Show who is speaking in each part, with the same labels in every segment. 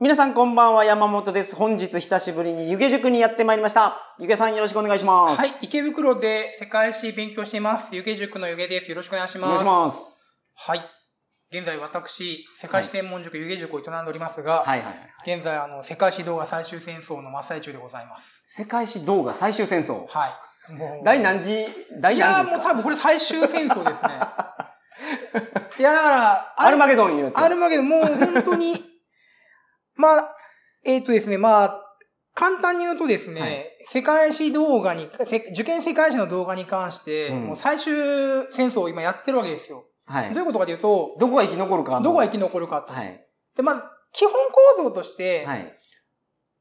Speaker 1: 皆さんこんばんは、山本です。本日久しぶりに湯気塾にやってまいりました。湯気さんよろしくお願いします。
Speaker 2: はい、池袋で世界史勉強しています。湯気塾の湯気です。よろしくお願いし
Speaker 1: お願
Speaker 2: ま
Speaker 1: い
Speaker 2: す。
Speaker 1: します。
Speaker 2: はい。現在私、世界史専門塾、湯気塾を営んでおりますが、
Speaker 1: はいはいはい。
Speaker 2: 現在あの、世界史動画最終戦争の真っ最中でございます。
Speaker 1: 世界史動画最終戦争。
Speaker 2: はい。もう。
Speaker 1: 第何次、第
Speaker 2: いや
Speaker 1: 何次で
Speaker 2: ーもう
Speaker 1: すか
Speaker 2: 多分これ最終戦争ですね。 いや、だから、
Speaker 1: アルマゲドンいうやつ。
Speaker 2: あるわけで、もう本当 に、まあ、えっ、とですね、まあ、簡単に言うとですね、
Speaker 1: はい
Speaker 2: 世界史動画に、せ受験世界史の動画に関して、
Speaker 1: うん
Speaker 2: もう最終戦争を今やってるわけですよ。
Speaker 1: は
Speaker 2: ど
Speaker 1: いう
Speaker 2: い。うことかというと、
Speaker 1: どこが生き残るかの
Speaker 2: どこが生き残るかと。
Speaker 1: はい。
Speaker 2: で、まず、基本構造として、
Speaker 1: はい。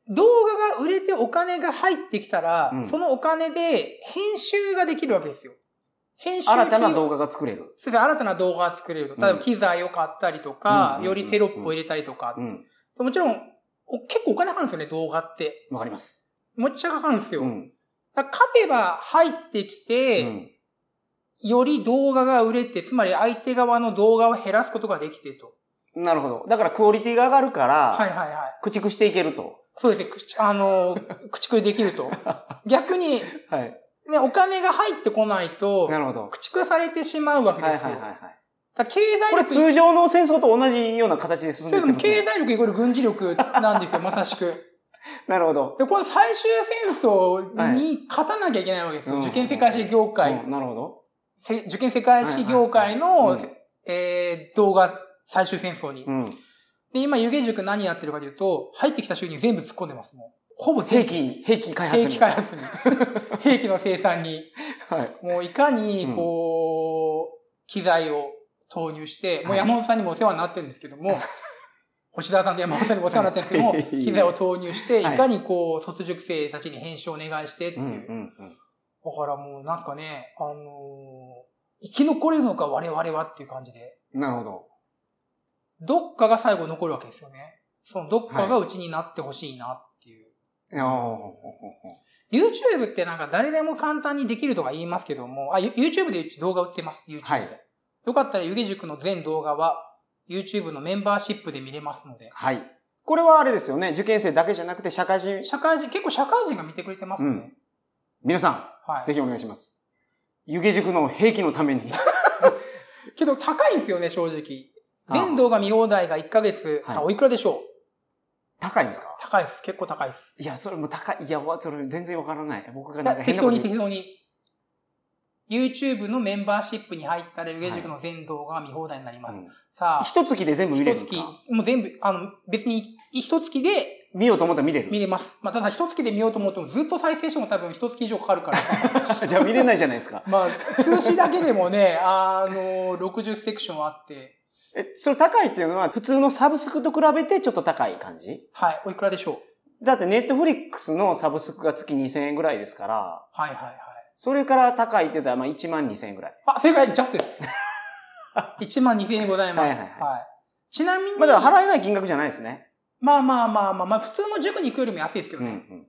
Speaker 2: 動画が売れてお金が入ってきたら、
Speaker 1: うん
Speaker 2: そのお金で編集ができるわけですよ。編集費
Speaker 1: 新たな
Speaker 2: を
Speaker 1: 動画が作れる。
Speaker 2: そうですね、新たな動画が作れると。例えば機材を買ったりとか、
Speaker 1: うん
Speaker 2: よりテロップを入れたりとか
Speaker 1: う。ん。
Speaker 2: もちろん、お結構お金かかるんですよね、動画って。
Speaker 1: わかります。
Speaker 2: もっちゃかかるんですよ。
Speaker 1: うん。
Speaker 2: だから勝てば入ってき
Speaker 1: う
Speaker 2: て、
Speaker 1: ん。
Speaker 2: より動画が売れて、つまり相手側の動画を減らすことができてと。
Speaker 1: なるほど。だからクオリティが上がるか
Speaker 2: はい
Speaker 1: ら、
Speaker 2: はいはい。
Speaker 1: 駆逐していけると。
Speaker 2: そうですね、口、あの、口食いできると。逆に、
Speaker 1: はい。
Speaker 2: ね、お金が入ってこないと、
Speaker 1: なるほど。
Speaker 2: 口食されてしまうわけ
Speaker 1: はい
Speaker 2: で
Speaker 1: はい
Speaker 2: すよ。
Speaker 1: はいはい。
Speaker 2: だから経済
Speaker 1: これ
Speaker 2: 力、
Speaker 1: 通常の戦争と同じような形で進ん
Speaker 2: そ
Speaker 1: でい
Speaker 2: れ
Speaker 1: っ
Speaker 2: で
Speaker 1: てま
Speaker 2: も
Speaker 1: す
Speaker 2: 経
Speaker 1: ね。
Speaker 2: 済力イコール軍事力なんですよ、ま さしく。
Speaker 1: なるほど。
Speaker 2: で、この最終戦争に勝たなきゃいけないわけですよ。
Speaker 1: はい
Speaker 2: 受験世界史業界、
Speaker 1: うんなるほど。
Speaker 2: せ受験世界史業界
Speaker 1: はい
Speaker 2: の
Speaker 1: はいはい、
Speaker 2: えー動画最終戦争に。
Speaker 1: うん。
Speaker 2: で、今、湯気塾何やってるかというと、入ってきた収入全部突っ込んでます、もう。ほぼ
Speaker 1: 兵
Speaker 2: 全
Speaker 1: 器、
Speaker 2: 部
Speaker 1: 兵器開発
Speaker 2: 兵
Speaker 1: に。
Speaker 2: 器開発に。 兵器の生産に。
Speaker 1: はい。
Speaker 2: もういかに
Speaker 1: うん、
Speaker 2: こう、機材を投入して、も
Speaker 1: は
Speaker 2: う
Speaker 1: い
Speaker 2: 山本さんにもお世話になってるんですけども、星田さんと山本さんにもお世話になってるんですけども
Speaker 1: はい、
Speaker 2: 機材を投入して、い
Speaker 1: はい
Speaker 2: かにこう、卒塾生たちに編集をお願いしてって
Speaker 1: うんう
Speaker 2: いう。
Speaker 1: んうん。
Speaker 2: だからもうなんすかね、あのー生き残れるのか我々はっていう感じで、
Speaker 1: なるほど。
Speaker 2: どっかが最後残るわけですよね。そのどっかがうちになってほしいなっていう。
Speaker 1: いやーほうほうほ
Speaker 2: YouTube ってなんか誰でも簡単にできるとか言いますけども、あ、ゆ YouTube でうち動画売ってます、YouTube で。
Speaker 1: はい
Speaker 2: よかったら湯気塾の全動画は YouTube のメンバーシップで見れますので
Speaker 1: う。はい。これはあれですよね。受験生だけじゃなくて社会人。
Speaker 2: 社会人、結構社会人が見てくれてますね。
Speaker 1: うん皆さ
Speaker 2: は
Speaker 1: ん、ぜ
Speaker 2: い。
Speaker 1: ひお願いします。湯気塾の兵器のために。
Speaker 2: けど高いんですよね、正直。
Speaker 1: あ
Speaker 2: 全動画見放題が1ヶ月、
Speaker 1: はい
Speaker 2: さあ、おいくらでしょう
Speaker 1: 高いんですか
Speaker 2: 高いです。結構高いです。
Speaker 1: いや、それも高い。いや、わそれ全然わからない。僕が
Speaker 2: い
Speaker 1: な
Speaker 2: や
Speaker 1: んか変
Speaker 2: 適
Speaker 1: なこ
Speaker 2: 当
Speaker 1: と
Speaker 2: に
Speaker 1: 言う
Speaker 2: 適当に。YouTube のメンバーシップに入ったら、湯気塾の全動画が見放題になります。
Speaker 1: うん
Speaker 2: さあ、
Speaker 1: 一月で全部見れ
Speaker 2: 一
Speaker 1: るんです
Speaker 2: 月
Speaker 1: か、
Speaker 2: もう全部、あの、別に一月で
Speaker 1: 見ようと思ったら見れる
Speaker 2: 見。れます。まあ、ただ一月で見ようと思っても、ずっと再生しても多分一月以上かか るから。
Speaker 1: じゃあ見れないじゃないですか。
Speaker 2: まあ、数字だけでもね、あの、60セクションあって、
Speaker 1: え、それ高いっていうのは普通のサブスクと比べてちょっと高い感じ
Speaker 2: はい、おいくらでしょう
Speaker 1: だってネットフリックスのサブスクが月2000円ぐらいですから、
Speaker 2: はいはいはい。
Speaker 1: それから高いって言ったらまあ1万2000円ぐらい。
Speaker 2: あ、正解、ジャス です。1万2000円でございます。
Speaker 1: は
Speaker 2: はいい
Speaker 1: はい
Speaker 2: ちなみに、
Speaker 1: まあだから払えない金額じゃないですね。
Speaker 2: まあまあまあまあ、まあ、普通の塾に行くよりも安いですけど
Speaker 1: うん
Speaker 2: ね。
Speaker 1: うん。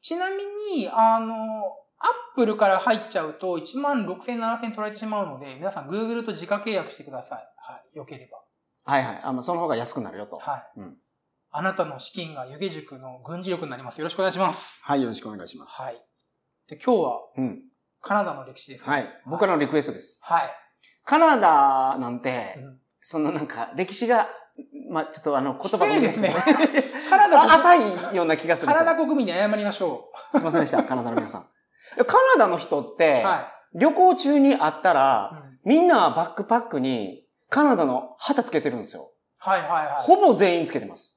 Speaker 2: ちなみに、あの、アップルから入っちゃうと1万6000、7000取られてしまうので、皆さん Google と自家契約してください。はい、よければ。
Speaker 1: はいはい。あまあその方が安くなるよと。
Speaker 2: はい。
Speaker 1: うん
Speaker 2: あなたの資金が湯気塾の軍事力になります。よろしくお願いします。
Speaker 1: はい、よろしくお願いしま。
Speaker 2: はい。で、今日は
Speaker 1: うん。
Speaker 2: カナダの歴史ですね。
Speaker 1: はい。僕からのリクエストです。
Speaker 2: はい。
Speaker 1: カナダなんて
Speaker 2: う、ん
Speaker 1: そのなんか歴史が、まあちょっとあの言葉が
Speaker 2: 失礼ですね
Speaker 1: あ
Speaker 2: カナダ国
Speaker 1: 浅いような気がするんで
Speaker 2: カ
Speaker 1: すよ
Speaker 2: ナダ国民に謝りましょ
Speaker 1: すいませんでした、カナダの皆さん。いやカナダの人っ
Speaker 2: う。
Speaker 1: て、
Speaker 2: は
Speaker 1: 旅行中に会った
Speaker 2: い。う
Speaker 1: ら、
Speaker 2: ん
Speaker 1: みんなバックパックにカナダの旗つけてるんですよ。
Speaker 2: はいはいはい。
Speaker 1: ほぼ全員つけてます。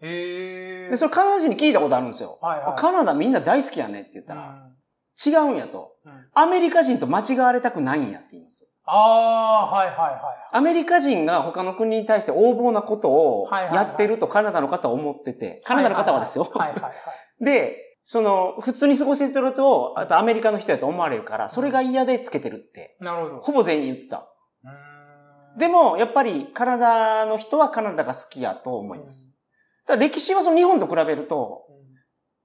Speaker 2: へえ。
Speaker 1: で、それカナダ人に聞いたことあるんですよ。
Speaker 2: はいはい
Speaker 1: あカナダみんな大好きやねって言ったら、違うんやと。
Speaker 2: うんうん
Speaker 1: アメリカ人と間違われたくないんやって言います。
Speaker 2: ああー、はいはいは
Speaker 1: アメリカ人が他の国に対して横暴なことを
Speaker 2: はいはいはい
Speaker 1: やってるとカナダの方は思ってて、カナダの方はですよ
Speaker 2: い。。はいはいはい。
Speaker 1: で、その、普通に過ごせてると、やっぱアメリカの人やと思われるから、それが嫌でつけてるって、
Speaker 2: なるほど。
Speaker 1: ほぼ全員言ってた。
Speaker 2: うーん
Speaker 1: で、も、やっぱりカナダの人はカナダが好きやと思います。ただ歴史はその日本と比べると、
Speaker 2: うん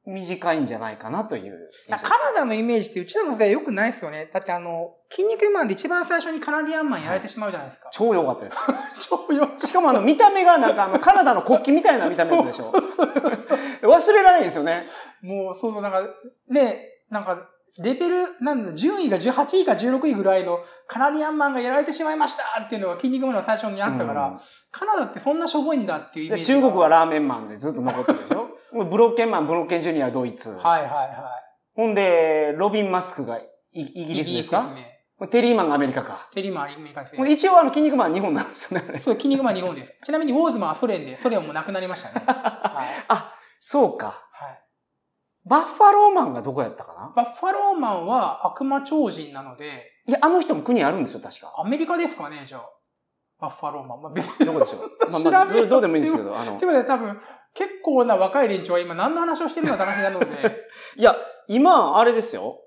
Speaker 1: 短いんじゃないかなという。
Speaker 2: カナダのイメージってうちらの世代良くないですよね。だってあの、筋肉マンで一番最初にカナディアンマンやられてしまうじゃないですか。
Speaker 1: 超良かったです。
Speaker 2: 超よ。
Speaker 1: しかもあの見た目がなんかあのカナダの国旗みたいな見た目なんでしょ忘れられないんですよね。
Speaker 2: もう、そうそう、なんか、ね、なんか、レベル、なんだ、順位が18位か16位ぐらいのカナディアンマンがやられてしまいましたっていうのが筋肉マンの最初にあったから、
Speaker 1: うん
Speaker 2: カナダってそんなしょぼいんだっていうイメー
Speaker 1: で
Speaker 2: ジ。
Speaker 1: 中国はラーメンマンでずっと残ってるでし ょもうブロッケンマン、ブロッケンジュニア、ドイツ。
Speaker 2: はいはいは
Speaker 1: ほんで、ロビン・マスクがイイギ
Speaker 2: い。
Speaker 1: リスですか
Speaker 2: イギね
Speaker 1: テリーマンがアメリカか。
Speaker 2: テリーマンアメリカです
Speaker 1: もう
Speaker 2: ね。
Speaker 1: 一応あの、筋肉マンは日本なんですよねあれ。
Speaker 2: そう、筋肉マン日本です。ちなみにウォーズマンはソ連で、ソ連はもうなくなりました ね。はい。
Speaker 1: そうか。
Speaker 2: はい。
Speaker 1: バッファローマンがどこやったかな
Speaker 2: バッファローマンは悪魔超人なので、
Speaker 1: いや、あの人も国あるんですよ、確か。
Speaker 2: アメリカですかね、じゃあ。バッファローマン。まあ、別に。
Speaker 1: どこで しょう。まあまあ、
Speaker 2: 調べよう
Speaker 1: どどうでもいいんですけど、あの
Speaker 2: とい。うことで多分、結構な若い連中は今何の話をしてるのか話なの で、
Speaker 1: いや、今、あれですよ。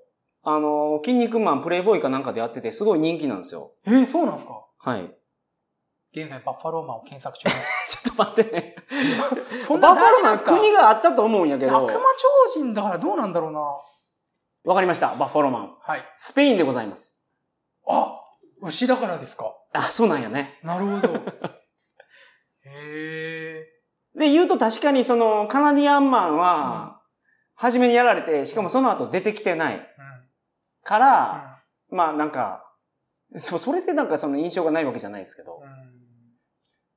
Speaker 1: あの、筋肉マン、プレイボーイかなんかでやってて、すごい人気なんですよ。
Speaker 2: えー、そうなんですか
Speaker 1: はい。
Speaker 2: 現在バッファローマンを検索中です。
Speaker 1: ちょっと待ってね。
Speaker 2: そん
Speaker 1: バッ
Speaker 2: な
Speaker 1: ファロー
Speaker 2: 大事
Speaker 1: マ
Speaker 2: な
Speaker 1: ン
Speaker 2: んですか
Speaker 1: 国があったと思うんやけど
Speaker 2: 悪魔。超人だからどうなんだろうな。
Speaker 1: わかりました。バッファローマン。
Speaker 2: はい。
Speaker 1: スペインでございます。
Speaker 2: あ牛だからですか。
Speaker 1: あ、そうなんやね。
Speaker 2: なるほど。へえ。
Speaker 1: で、言うと確かにその、カナディアンマンは、初めにやられて、しかもその後出てきてないか
Speaker 2: うん。
Speaker 1: ら、まあなんか、そ、それでなんかその印象がないわけじゃないですけど
Speaker 2: う。ん。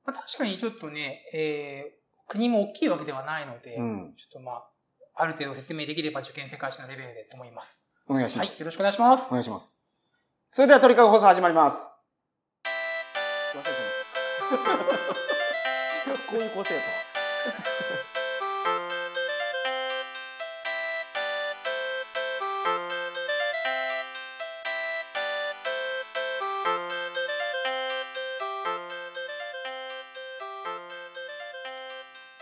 Speaker 2: まあ、確かにちょっとね、えー、国も大きいわけではないので、
Speaker 1: うん。
Speaker 2: ちょっとまあ、ある程度説明できれば受験世界史のレベルでと思います。
Speaker 1: お願いし
Speaker 2: は
Speaker 1: ま
Speaker 2: い、
Speaker 1: す。
Speaker 2: よろしくお願いします
Speaker 1: お。願いします。それでは鳥かご放送始まります。忘れてました。こういう構成やったわ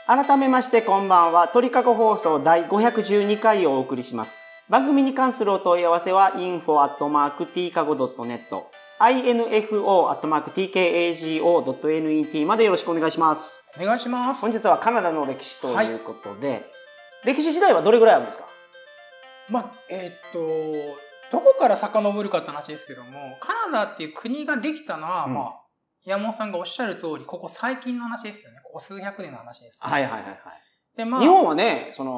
Speaker 1: 改めましてこんばんは鳥かご放送第512回をお送りします番組に関するお問い合わせは info.tkago.net info.tkago.net までよろしくお願いします
Speaker 2: お願いします。
Speaker 1: 本日はカナダの歴史ということで、歴史時代はどれぐらいあるんですか
Speaker 2: まあ、えーっと、どこから遡るかって話ですけども、カナダっていう国ができたのは、
Speaker 1: うん
Speaker 2: まあ、山本さんがおっしゃる通り、ここ最近の話ですよね。ここ数百年の話です、
Speaker 1: はいはいはいはい、
Speaker 2: で、まあ、
Speaker 1: 日本はねその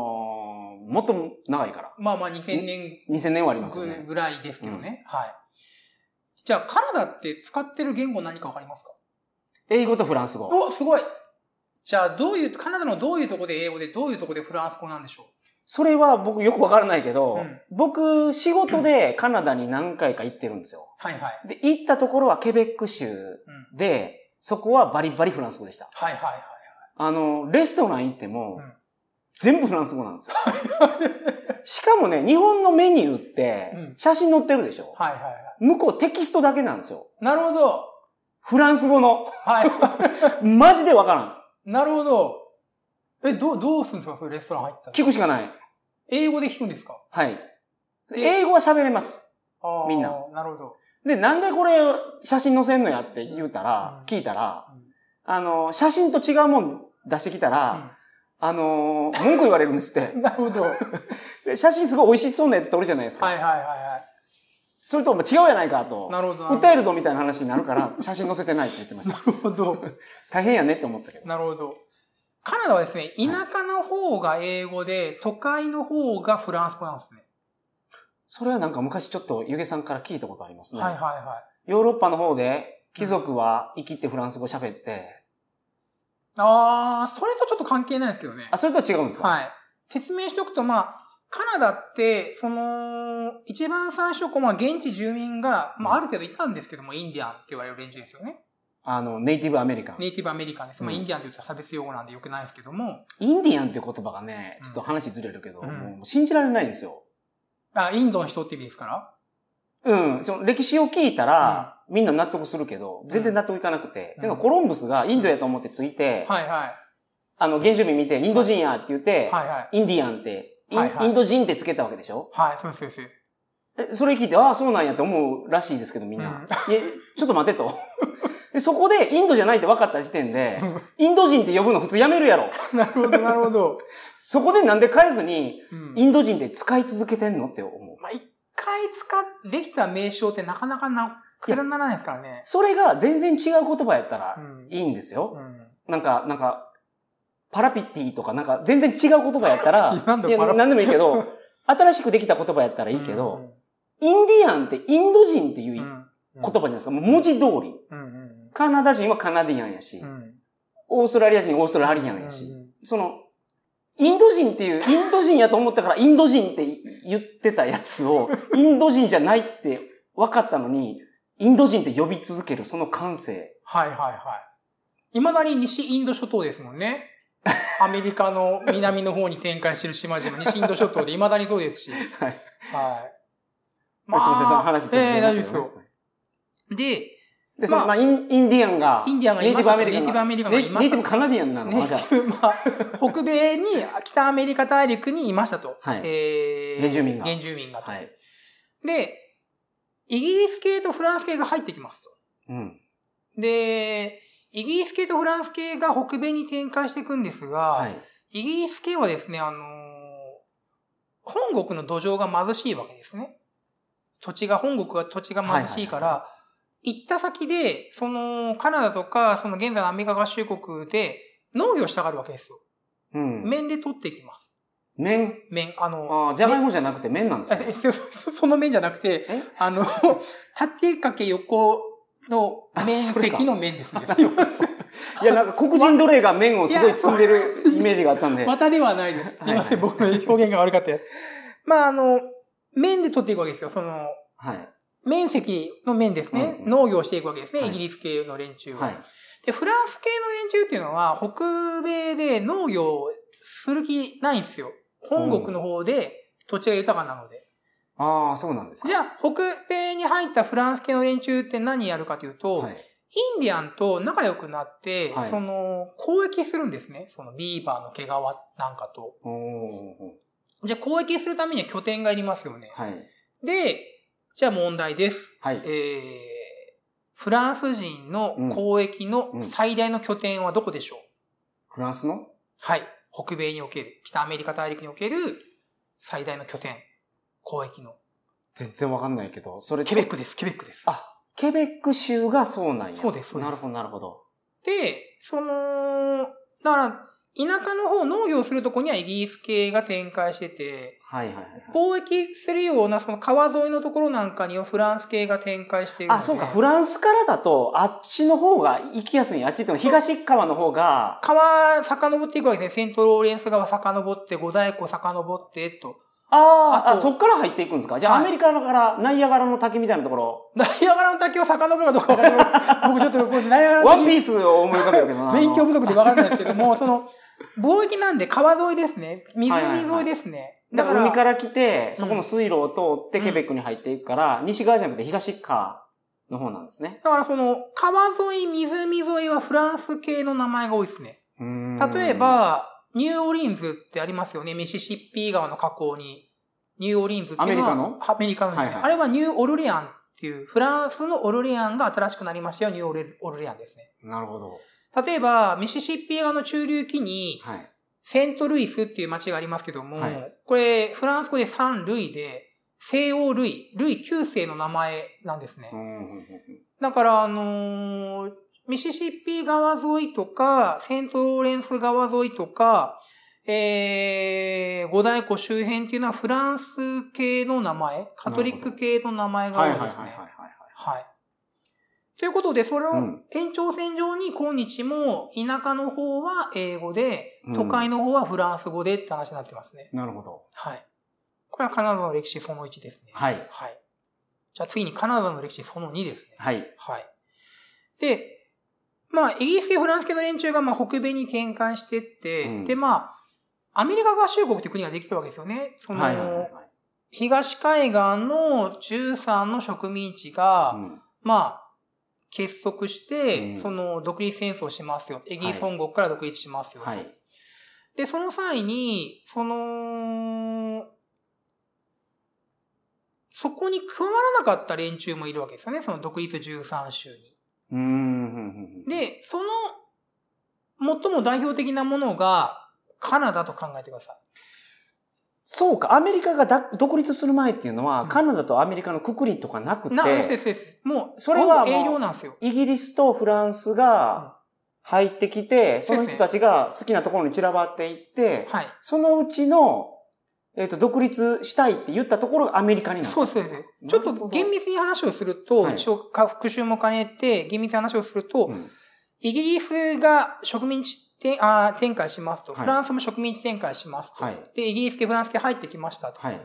Speaker 1: もっと長いから
Speaker 2: まあまあ2000年
Speaker 1: 2000年はありますよね
Speaker 2: ぐらいですけどね。はい。じゃあ、カナダって使ってる言語何かわかりますか
Speaker 1: 英語とフランス語
Speaker 2: お、すごいじゃあ、どういう、カナダのどういうとこで英語で、どういうとこでフランス語なんでしょ
Speaker 1: それは僕よくわからないけど、
Speaker 2: うん
Speaker 1: 僕仕事でカナダに何回か行ってるんですよ。
Speaker 2: うはいはい。
Speaker 1: で、行ったところはケベック州
Speaker 2: うん。
Speaker 1: で、そこはバリバリフランス語でした。
Speaker 2: はいはいはい。
Speaker 1: あの、レストラン行っても、
Speaker 2: うん
Speaker 1: 全部フランス語なんですよ。しかもね、日本のメニューって
Speaker 2: うん、
Speaker 1: 写真載ってるでしょ、
Speaker 2: はいはいは
Speaker 1: 向こうテキストだけなんですよ。
Speaker 2: い。なるほど。
Speaker 1: フランス語の。
Speaker 2: はいは
Speaker 1: マジでわからん。
Speaker 2: い。なるほど。え、どう、どうするんですかそれレストラン入ったら。
Speaker 1: 聞くしかない。
Speaker 2: 英語で聞くんですか
Speaker 1: はい。で
Speaker 2: え
Speaker 1: 英語は喋れます。
Speaker 2: あー
Speaker 1: みんな。
Speaker 2: なるほど。
Speaker 1: で、なんでこれ写真載せんのやって言うたら、
Speaker 2: うん
Speaker 1: 聞いたら、
Speaker 2: うん
Speaker 1: あの、写真と違うもん出してきたら、あの、文句言われるんですって
Speaker 2: う。 んなるほど。はいはい
Speaker 1: で写真すごい美味しそうなやつ撮るじゃないですか。
Speaker 2: はいは
Speaker 1: それとも違うやないかと
Speaker 2: い。。なるほど。
Speaker 1: 訴え
Speaker 2: る
Speaker 1: るぞみたいな話になる から、写真載せてないって言ってました。
Speaker 2: ほど。
Speaker 1: 大変やねって思ったけど。
Speaker 2: なるほど。カナダはですね、田舎の方が英語で、都会の方がフランス語なんですね。
Speaker 1: それはなんか昔ちょっとゆげさんから聞いたことありますね。
Speaker 2: はいはいはい。
Speaker 1: ヨーロッパの方で貴族は生きてフランス語喋って、
Speaker 2: あー、それとちょっと関係ないんですけどね。
Speaker 1: あ、それとは違うんですか、
Speaker 2: はい。説明しておくと、まあ、カナダって、その、一番最初、こう、まあ、現地住民が、まあ、ある程度いたんですけども、インディアンって言われる連中ですよね。
Speaker 1: あの、ネイティブアメリカン。
Speaker 2: ネイティブアメリカンです。まあ、
Speaker 1: うん
Speaker 2: インディアンって言うと差別用語なんでよくないですけども、
Speaker 1: インディアンっていう言葉がね、
Speaker 2: うん
Speaker 1: ちょっと話ずれるけど、
Speaker 2: うん
Speaker 1: もう信じられないんですよ。
Speaker 2: あ、インドの人って意味ですから。
Speaker 1: うん。その歴史を聞いたら、みんな納得するけど、全然納得いかなくて。
Speaker 2: うん
Speaker 1: てか、コロンブスがインドやと思ってついて、
Speaker 2: はいは
Speaker 1: あの、原住民見て、インド人やって言って、
Speaker 2: い。はいはい。
Speaker 1: インディアンって、イン
Speaker 2: はいはい
Speaker 1: インド人ってつけたわけでしょ
Speaker 2: はい、そうです、そうですそうです。
Speaker 1: えそれ聞いて、ああ、そうなんやって思うらしいですけど、みんな。
Speaker 2: うん
Speaker 1: いえちょっと待てと。でそこでインドじゃないって分かった時点で、インド人って呼ぶの普通やめるやろ。
Speaker 2: なるほど、なるほど。
Speaker 1: そこでなんで変えずに、
Speaker 2: うん
Speaker 1: インド人って使い続けてんのって思う。
Speaker 2: まあ、一回使っできた名称ってなかなかなくならないですからね。
Speaker 1: それが全然違う言葉やったら
Speaker 2: うん
Speaker 1: いいんです
Speaker 2: う
Speaker 1: よ。
Speaker 2: ん。
Speaker 1: なんか、なんか、パラピティとかなんか全然違う言葉やったら、
Speaker 2: パラピティ なんだ
Speaker 1: いや
Speaker 2: パラピ
Speaker 1: 何でもいいけど、新しくできた言葉やったらいいけど、インディアンってインド人っていう
Speaker 2: うん、
Speaker 1: 言
Speaker 2: う
Speaker 1: 葉
Speaker 2: ん、
Speaker 1: じゃないですか。もう文字通り。
Speaker 2: うん、うん
Speaker 1: カナダ人はカナディアンやし、
Speaker 2: うん、うん。
Speaker 1: オーストラリア人オーストラリアンやし、
Speaker 2: うん
Speaker 1: その、インド人っていう、インド人やと思ったから、インド人って言ってたやつを、 インド人じゃないって分かったのに、インド人って呼び続ける、その感性。。
Speaker 2: はいはいはい。いまだに西インド諸島ですもんね。アメリカの南の方に展開してる島々、西インド諸島でいまだにそうですし。はいはい。
Speaker 1: すいません、その話ちょっとず
Speaker 2: ええ
Speaker 1: れ
Speaker 2: 大
Speaker 1: ま
Speaker 2: 丈
Speaker 1: した
Speaker 2: 夫です
Speaker 1: けどね
Speaker 2: よ。で、
Speaker 1: で、その、
Speaker 2: まあ
Speaker 1: まあ、インインディアンが、
Speaker 2: インディアンが
Speaker 1: ネ
Speaker 2: い
Speaker 1: イ
Speaker 2: ま
Speaker 1: ティブ
Speaker 2: した
Speaker 1: アメリカン
Speaker 2: ネイティブアメリカンが
Speaker 1: ネ
Speaker 2: いました
Speaker 1: ネイティブカナディアンなの
Speaker 2: ね
Speaker 1: あじゃあ、
Speaker 2: まあ、北米に、北アメリカ大陸にいましたと。
Speaker 1: はい
Speaker 2: えー
Speaker 1: 原住民が
Speaker 2: 原住民がと。
Speaker 1: はい。
Speaker 2: で、イギリス系とフランス系が入ってきますと。
Speaker 1: うん。
Speaker 2: で、イギリス系とフランス系が北米に展開していくんですが、
Speaker 1: はい。
Speaker 2: イギリス系はですね、あのー本国の土壌が貧しいわけですね。土地が、本国は土地が貧しいから、
Speaker 1: は
Speaker 2: 行った先で、その、カナダとか、その現在のアメリカ合衆国で、農業したがるわけですよ。
Speaker 1: うん。
Speaker 2: 面で取っていきます。
Speaker 1: 麺。
Speaker 2: 面、あの、
Speaker 1: ああ、じゃがいもじゃなくて麺なんです
Speaker 2: あ
Speaker 1: ね。
Speaker 2: えそそ その面じゃなくて
Speaker 1: え、
Speaker 2: あの、縦かけ横の面
Speaker 1: それか
Speaker 2: 積の 面ですね。
Speaker 1: いや、なんか黒人奴隷が麺をすごい積んでるイメージがあったんで。
Speaker 2: またではないです。すいません、僕の表現が悪かったやつまあ、あの、面で取っていくわけですよ。その、
Speaker 1: はい。
Speaker 2: 面積の面ですね。
Speaker 1: うんうん
Speaker 2: 農業をしていくわけですね。
Speaker 1: はい
Speaker 2: イギリス系の連中は、
Speaker 1: はい。
Speaker 2: で、フランス系の連中っていうのは、北米で農業をする気ないんですよ。本国の方で土地が豊かなので。
Speaker 1: ああ、そうなんですか。
Speaker 2: じゃあ、北米に入ったフランス系の連中って何やるかというと、
Speaker 1: はい。
Speaker 2: インディアンと仲良くなって、
Speaker 1: はい
Speaker 2: その、交易するんですね。そのビーバーの毛皮なんかと。
Speaker 1: おお。
Speaker 2: じゃあ、交易するためには拠点がいりますよね。
Speaker 1: はい。
Speaker 2: で、じゃあ問題です。
Speaker 1: はい
Speaker 2: え。ー、フランス人の交易の
Speaker 1: うんうん
Speaker 2: 最大の拠点はどこでしょう、
Speaker 1: フランスの
Speaker 2: はい。北米における、北アメリカ大陸における最大の拠点。交易の。
Speaker 1: 全然わかんないけど、それ
Speaker 2: ケベックです、ケベックです。
Speaker 1: あ、ケベック州がそうなんや。
Speaker 2: そうですそうです
Speaker 1: なるほど、なるほど。
Speaker 2: で、その、だから、田舎の方、農業するとこにはイギリス系が展開してて、
Speaker 1: はいはいはい。
Speaker 2: 貿易するようなその川沿いのところなんかにはフランス系が展開しているので。
Speaker 1: あ、そうか、フランスからだと、あっちの方が行きやすい。あっちっていうのは東側の方が、
Speaker 2: 川遡っていくわけですね。セントローレンス川遡って、五大湖遡って、と。
Speaker 1: あー
Speaker 2: あ
Speaker 1: あ、
Speaker 2: と
Speaker 1: そっから入っていくんですかじゃあ、
Speaker 2: はい
Speaker 1: アメリカから、ナイアガラの滝みたいなところ、
Speaker 2: ダイアガラの滝を遡るかどうかわかりませ ん。僕ちょっとこう、ダイアガラ
Speaker 1: ワ
Speaker 2: の
Speaker 1: ンピ
Speaker 2: 滝
Speaker 1: ースを思い浮かべるけど な。
Speaker 2: 勉強不
Speaker 1: あ
Speaker 2: 足でわからないですけども、その、貿易なんで川沿いですね。湖
Speaker 1: はいはいはい
Speaker 2: 沿いですね。
Speaker 1: のだから、海
Speaker 2: だか
Speaker 1: から来て、そこの水路を通って、ケベックに入っていくから、西側じゃなくて東側の方なんですね。
Speaker 2: らだからその、川沿い、湖沿いはフランス系の名前が多いですね。例え、ば、ニューオリンズってありますよね。ミシシッピ川の河口に。ニューオリンズっていうのは
Speaker 1: アメリカの
Speaker 2: アメリカのですね。
Speaker 1: はいはい
Speaker 2: あれはニューオルリアンっていう、フランスのオルリアンが新しくなりましたよ。ニューオルオルリアンですね。
Speaker 1: なるほど。
Speaker 2: 例えば、ミシシッピ川の中流期に、
Speaker 1: はい。
Speaker 2: セントルイスっていう町がありますけども、
Speaker 1: はい
Speaker 2: これ、フランス語でサンルイで、西欧ルイ、ルイ9世の名前なんですね。
Speaker 1: うんうんうんうん
Speaker 2: だから、あのーミシシッピ川沿いとか、セントローレンス川沿いとか、えー、五大湖周辺っていうのはフランス系の名前、カトリック系の名前が多
Speaker 1: はいい
Speaker 2: で
Speaker 1: はい
Speaker 2: す
Speaker 1: はい
Speaker 2: ね。
Speaker 1: はいはい。
Speaker 2: はい。ということで、それを
Speaker 1: うん
Speaker 2: 延長線上に今日も田舎の方は英語で
Speaker 1: う、ん
Speaker 2: 都会の方はフランス語でって話になってますね。
Speaker 1: なるほど。
Speaker 2: はい。これはカナダの歴史その1ですね。
Speaker 1: はい。
Speaker 2: はい。じゃあ次にカナダの歴史その2ですね。
Speaker 1: はい。
Speaker 2: はい。で、まあ、イギリス系、フランス系の連中が、まあ、北米に転換してって、
Speaker 1: うん
Speaker 2: で、まあ、アメリカ合衆国って国ができるわけですよね。その、
Speaker 1: はいはいはいはい。
Speaker 2: 東海岸の13の植民地が、
Speaker 1: うん
Speaker 2: まあ、結束し
Speaker 1: う
Speaker 2: て、
Speaker 1: ん
Speaker 2: その、独立戦争をしますよ。イギリス本国から独立しますよ。
Speaker 1: はい。
Speaker 2: で、その際に、その、そこに加わらなかった連中もいるわけですよね。その独立13州に。
Speaker 1: うんうんうんうん。
Speaker 2: で、その、最も代表的なものが、カナダと考えてください。
Speaker 1: そうか、アメリカがだ独立する前っていうのは、
Speaker 2: うん
Speaker 1: カナダとアメリカのくくりとかなく
Speaker 2: な、ですで
Speaker 1: て、
Speaker 2: すです。もう、
Speaker 1: それは
Speaker 2: ごく
Speaker 1: もう
Speaker 2: 営業なんですよ。
Speaker 1: イギリスとフランスが入ってきて、その人たちが好きなところに散らばっていって、
Speaker 2: はい。
Speaker 1: そのうちの、えっ、と、独立したいって言ったところがアメリカになった。
Speaker 2: そうです、そうです。ちょっ
Speaker 1: なるほ
Speaker 2: と
Speaker 1: ど
Speaker 2: 厳密に話をすると、
Speaker 1: はい
Speaker 2: 一応か復習も兼ねて、厳密に話をすると、
Speaker 1: うん
Speaker 2: イギリスが植民地てあー展開しますと、
Speaker 1: はい
Speaker 2: フランスも植民地展開しますと。
Speaker 1: はい
Speaker 2: で、イギリス系、フランス系入ってきましたと。
Speaker 1: はい。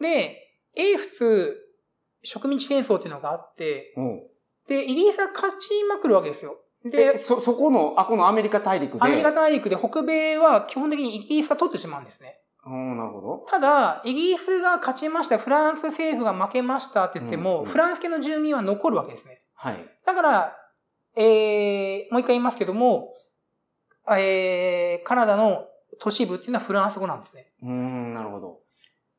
Speaker 2: で、英仏植民地戦争っていうのがあって、
Speaker 1: うん
Speaker 2: で、イギリスは勝ちまくるわけですよ。で
Speaker 1: で、、そ、そこの、あ、このアメリカ大陸で。
Speaker 2: アメリカ大陸で北米は基本的にイギリスが取ってしまうんですね。
Speaker 1: うん、なるほど。
Speaker 2: ただ、イギリスが勝ちました、フランス政府が負けましたって言っても、
Speaker 1: うん
Speaker 2: フランス系の住民は残るわけですね。
Speaker 1: はい。
Speaker 2: だから、えー、もう一回言いますけども、えー、カナダの都市部っていうのはフランス語なんですね。
Speaker 1: うーん、なるほど。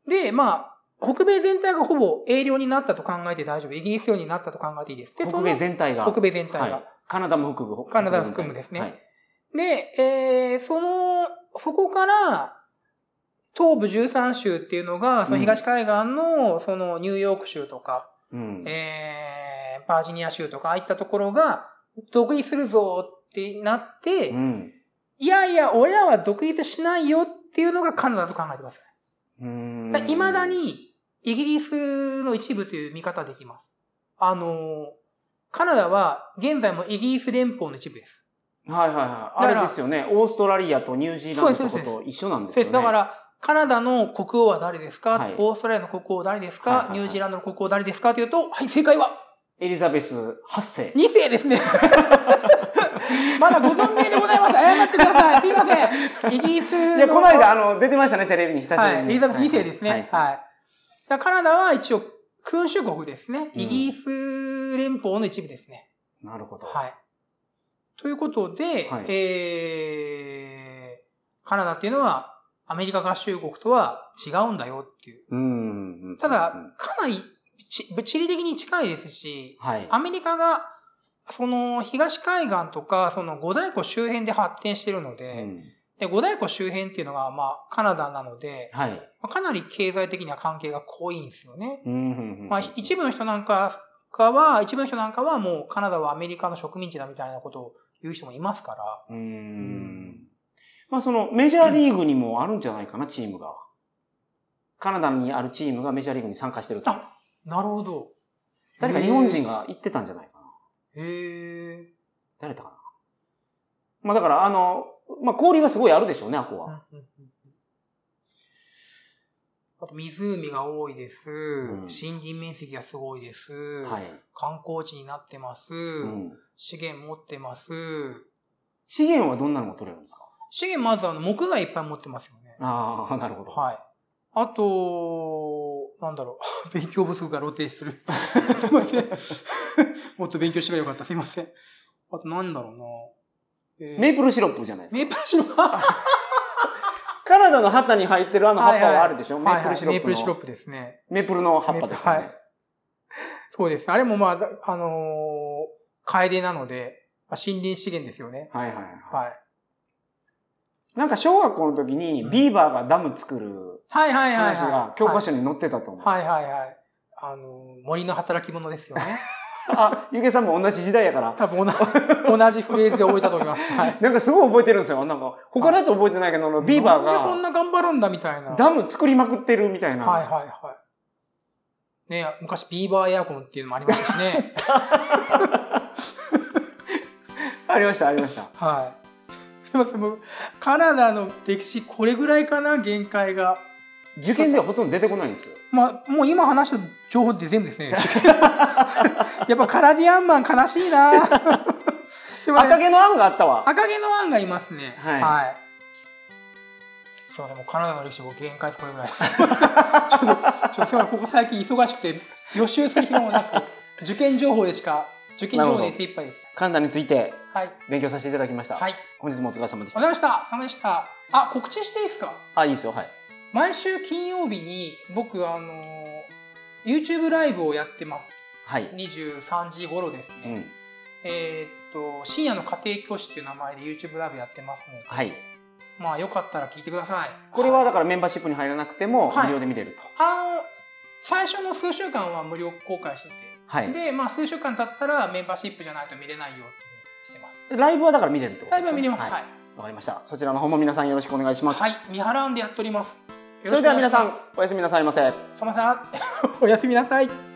Speaker 2: で、まあ、北米全体がほぼ英領になったと考えて大丈夫。イギリス領になったと考えていいです。で、
Speaker 1: 北米
Speaker 2: そ
Speaker 1: 全体が。
Speaker 2: の北米全体が。
Speaker 1: はい。カナダも含む。
Speaker 2: カナダ含むですね
Speaker 1: はい。
Speaker 2: で、えーその、そこから、東部13州っていうのが、その東海岸の、そのニューヨーク州とか、
Speaker 1: うん。
Speaker 2: えーバージニア州とか、ああいったところが、独立するぞってなって、
Speaker 1: うん。
Speaker 2: いやいや、俺らは独立しないよっていうのがカナダと考えてくださ
Speaker 1: うーん。
Speaker 2: い。いまだ。に、イギリスの一部という見方できます。あの、カナダは現在もイギリス連邦の一部です。
Speaker 1: はいはいはい。
Speaker 2: だか
Speaker 1: あ
Speaker 2: ら
Speaker 1: れですよね。オーストラリアとニュージーランドと
Speaker 2: そう
Speaker 1: か
Speaker 2: ですそ
Speaker 1: と
Speaker 2: う
Speaker 1: 一緒なんです
Speaker 2: そう
Speaker 1: よ
Speaker 2: で
Speaker 1: ね。
Speaker 2: す。だか、ら、カナダの国王は誰ですか、
Speaker 1: はい
Speaker 2: オーストラリアの国王は誰ですか、
Speaker 1: はいはいはい
Speaker 2: ニュージーランドの国王は誰ですかというと、はい、正解は
Speaker 1: エリザベス8世。
Speaker 2: 2世ですね。 まだご存命でございます。謝ってください。すいません。イギリスの。
Speaker 1: いや、この間、あの、出てましたね、テレビに久しぶり
Speaker 2: はい、
Speaker 1: に。
Speaker 2: エリザベス2世ですね。はい。
Speaker 1: はい
Speaker 2: だからカナダは一応、君主国ですね。
Speaker 1: うん
Speaker 2: イギリス連邦の一部ですね。
Speaker 1: なるほど。
Speaker 2: はい。ということで、
Speaker 1: はい
Speaker 2: えー、カナダっていうのは、アメリカ合衆国とは違うんだよっていう。
Speaker 1: うんうん。
Speaker 2: た
Speaker 1: うん
Speaker 2: だ、かなりち地理的に近いですし、
Speaker 1: はい。
Speaker 2: アメリカが、その東海岸とか、その五大湖周辺で発展しているの
Speaker 1: う
Speaker 2: で、
Speaker 1: ん
Speaker 2: で、五大湖周辺っていうのが、まあ、カナダなので、
Speaker 1: はい。
Speaker 2: まあかなり経済的な関係が濃いんですよね。
Speaker 1: うんうんうん
Speaker 2: まあ、一部の人なんかは、一部の人なんかはもうカナダはアメリカの植民地だみたいなことを言う人もいますから、
Speaker 1: うーんまあそのメジャーリーグにもあるんじゃないかな、チームが。カナダにあるチームがメジャーリーグに参加してると。
Speaker 2: あなるほど。
Speaker 1: 誰か日本人が行ってたんじゃないかな。
Speaker 2: へー。へ
Speaker 1: 誰だかな。まあだからあの、まあ交流はすごいあるでしょうね、あこ
Speaker 2: ー。うんう
Speaker 1: は。
Speaker 2: んうんうんあと、湖が多いです。
Speaker 1: ん
Speaker 2: 森林面積がすごいです。
Speaker 1: はい。
Speaker 2: 観光地になってます。
Speaker 1: うん
Speaker 2: 資源持ってます。
Speaker 1: 資源はどんなのが取れるんですか
Speaker 2: 資源まずあの木材いっぱい持ってますよね。
Speaker 1: あ あ、なるほど。
Speaker 2: はい。あと、なんだろう。 勉強不足が露 呈してる。すいません。 もっと勉強してばよかった。すいません。あと、なんだろうな。えー
Speaker 1: メープルシロップじゃないです
Speaker 2: メ
Speaker 1: か。
Speaker 2: ープルシロップ。は
Speaker 1: カナダの旗に入ってるあの葉っぱ
Speaker 2: はいはい
Speaker 1: はあるでしょ、
Speaker 2: いはい
Speaker 1: メープルシロ
Speaker 2: メ
Speaker 1: ッ
Speaker 2: ー
Speaker 1: プ
Speaker 2: プルシロッ
Speaker 1: の。
Speaker 2: プですね。
Speaker 1: メープルの葉っぱですよね。
Speaker 2: メープそうですね。あれもまあだ、あのー、楓なので、まあ森林資源ですよね。
Speaker 1: はいはいはい。
Speaker 2: はい。
Speaker 1: なんか小学校の時に
Speaker 2: うん
Speaker 1: ビーバーがダム作る
Speaker 2: はいはいはい、はい。
Speaker 1: 話が教科書に載ってたと思う。
Speaker 2: はいはいはい。あのー、森の働き者ですよね。
Speaker 1: あ、ゆげさんも同じ時代やから。
Speaker 2: 多分同じ、同じフレーズで覚えたと 思います。はい。
Speaker 1: なんかすごい覚えてるんですよ。なんか他のやつ覚えてないけど、あのビーバ
Speaker 2: なんでこん
Speaker 1: ー
Speaker 2: な頑張るんだみたいな。
Speaker 1: が
Speaker 2: はい
Speaker 1: ダム作りまくってるみたいな。
Speaker 2: はいはい。ね昔ビーバーエアコンっていうのもありましたし ね。
Speaker 1: ありました、ありました。
Speaker 2: はい。すいません、僕、カナダの歴史これぐらいかな、限界が。
Speaker 1: 受験ではほとんど出てこないん ですよ。
Speaker 2: まあ、もう今話した情報って全部ですね。 やっぱカラディアンマン悲し いな。すいません
Speaker 1: 赤毛の案があったわ。
Speaker 2: 赤毛のアンがいますね。
Speaker 1: はい
Speaker 2: すいません、もうカナダの歴史僕限界ですこれぐら いです。ちょっと、ちょっとすいません、ここ最近忙しくて予習する暇もなく、受験情報でしか、受験情報で精一杯です。
Speaker 1: カナダについて
Speaker 2: はい。
Speaker 1: 勉強させていただきました。
Speaker 2: はい。
Speaker 1: 本日もお疲れ様でした。
Speaker 2: わかりました。試した。あ、告知していいですか
Speaker 1: あ、いいですよ、はい。
Speaker 2: 毎週金曜日に僕、あのー YouTube ライブをやってます。
Speaker 1: はい。
Speaker 2: 23時頃です
Speaker 1: う
Speaker 2: ね。
Speaker 1: ん。
Speaker 2: えーっと、深夜の家庭教師っていう名前で YouTube ライブやってますので、
Speaker 1: はい。
Speaker 2: まあよかったら聞いてください。
Speaker 1: これはだからメンバーシップに入らなくても
Speaker 2: はい
Speaker 1: 無料で見れると。
Speaker 2: あの、最初の数週間は無料公開してて、
Speaker 1: はい。
Speaker 2: で、まあ数週間経ったらメンバーシップじゃないと見れないよっていうふうにしてます。
Speaker 1: ライブはだから見れるってこと
Speaker 2: ライ
Speaker 1: です
Speaker 2: ブは見れます。
Speaker 1: ね
Speaker 2: はい。
Speaker 1: わかりました。そちらの方も皆さんよろしくお願いします。
Speaker 2: はい。見払うんでやっております。
Speaker 1: それでは皆さん
Speaker 2: よろしくお願いし、
Speaker 1: おやすみなさいませ。
Speaker 2: ますそのさん、おやすみなさい。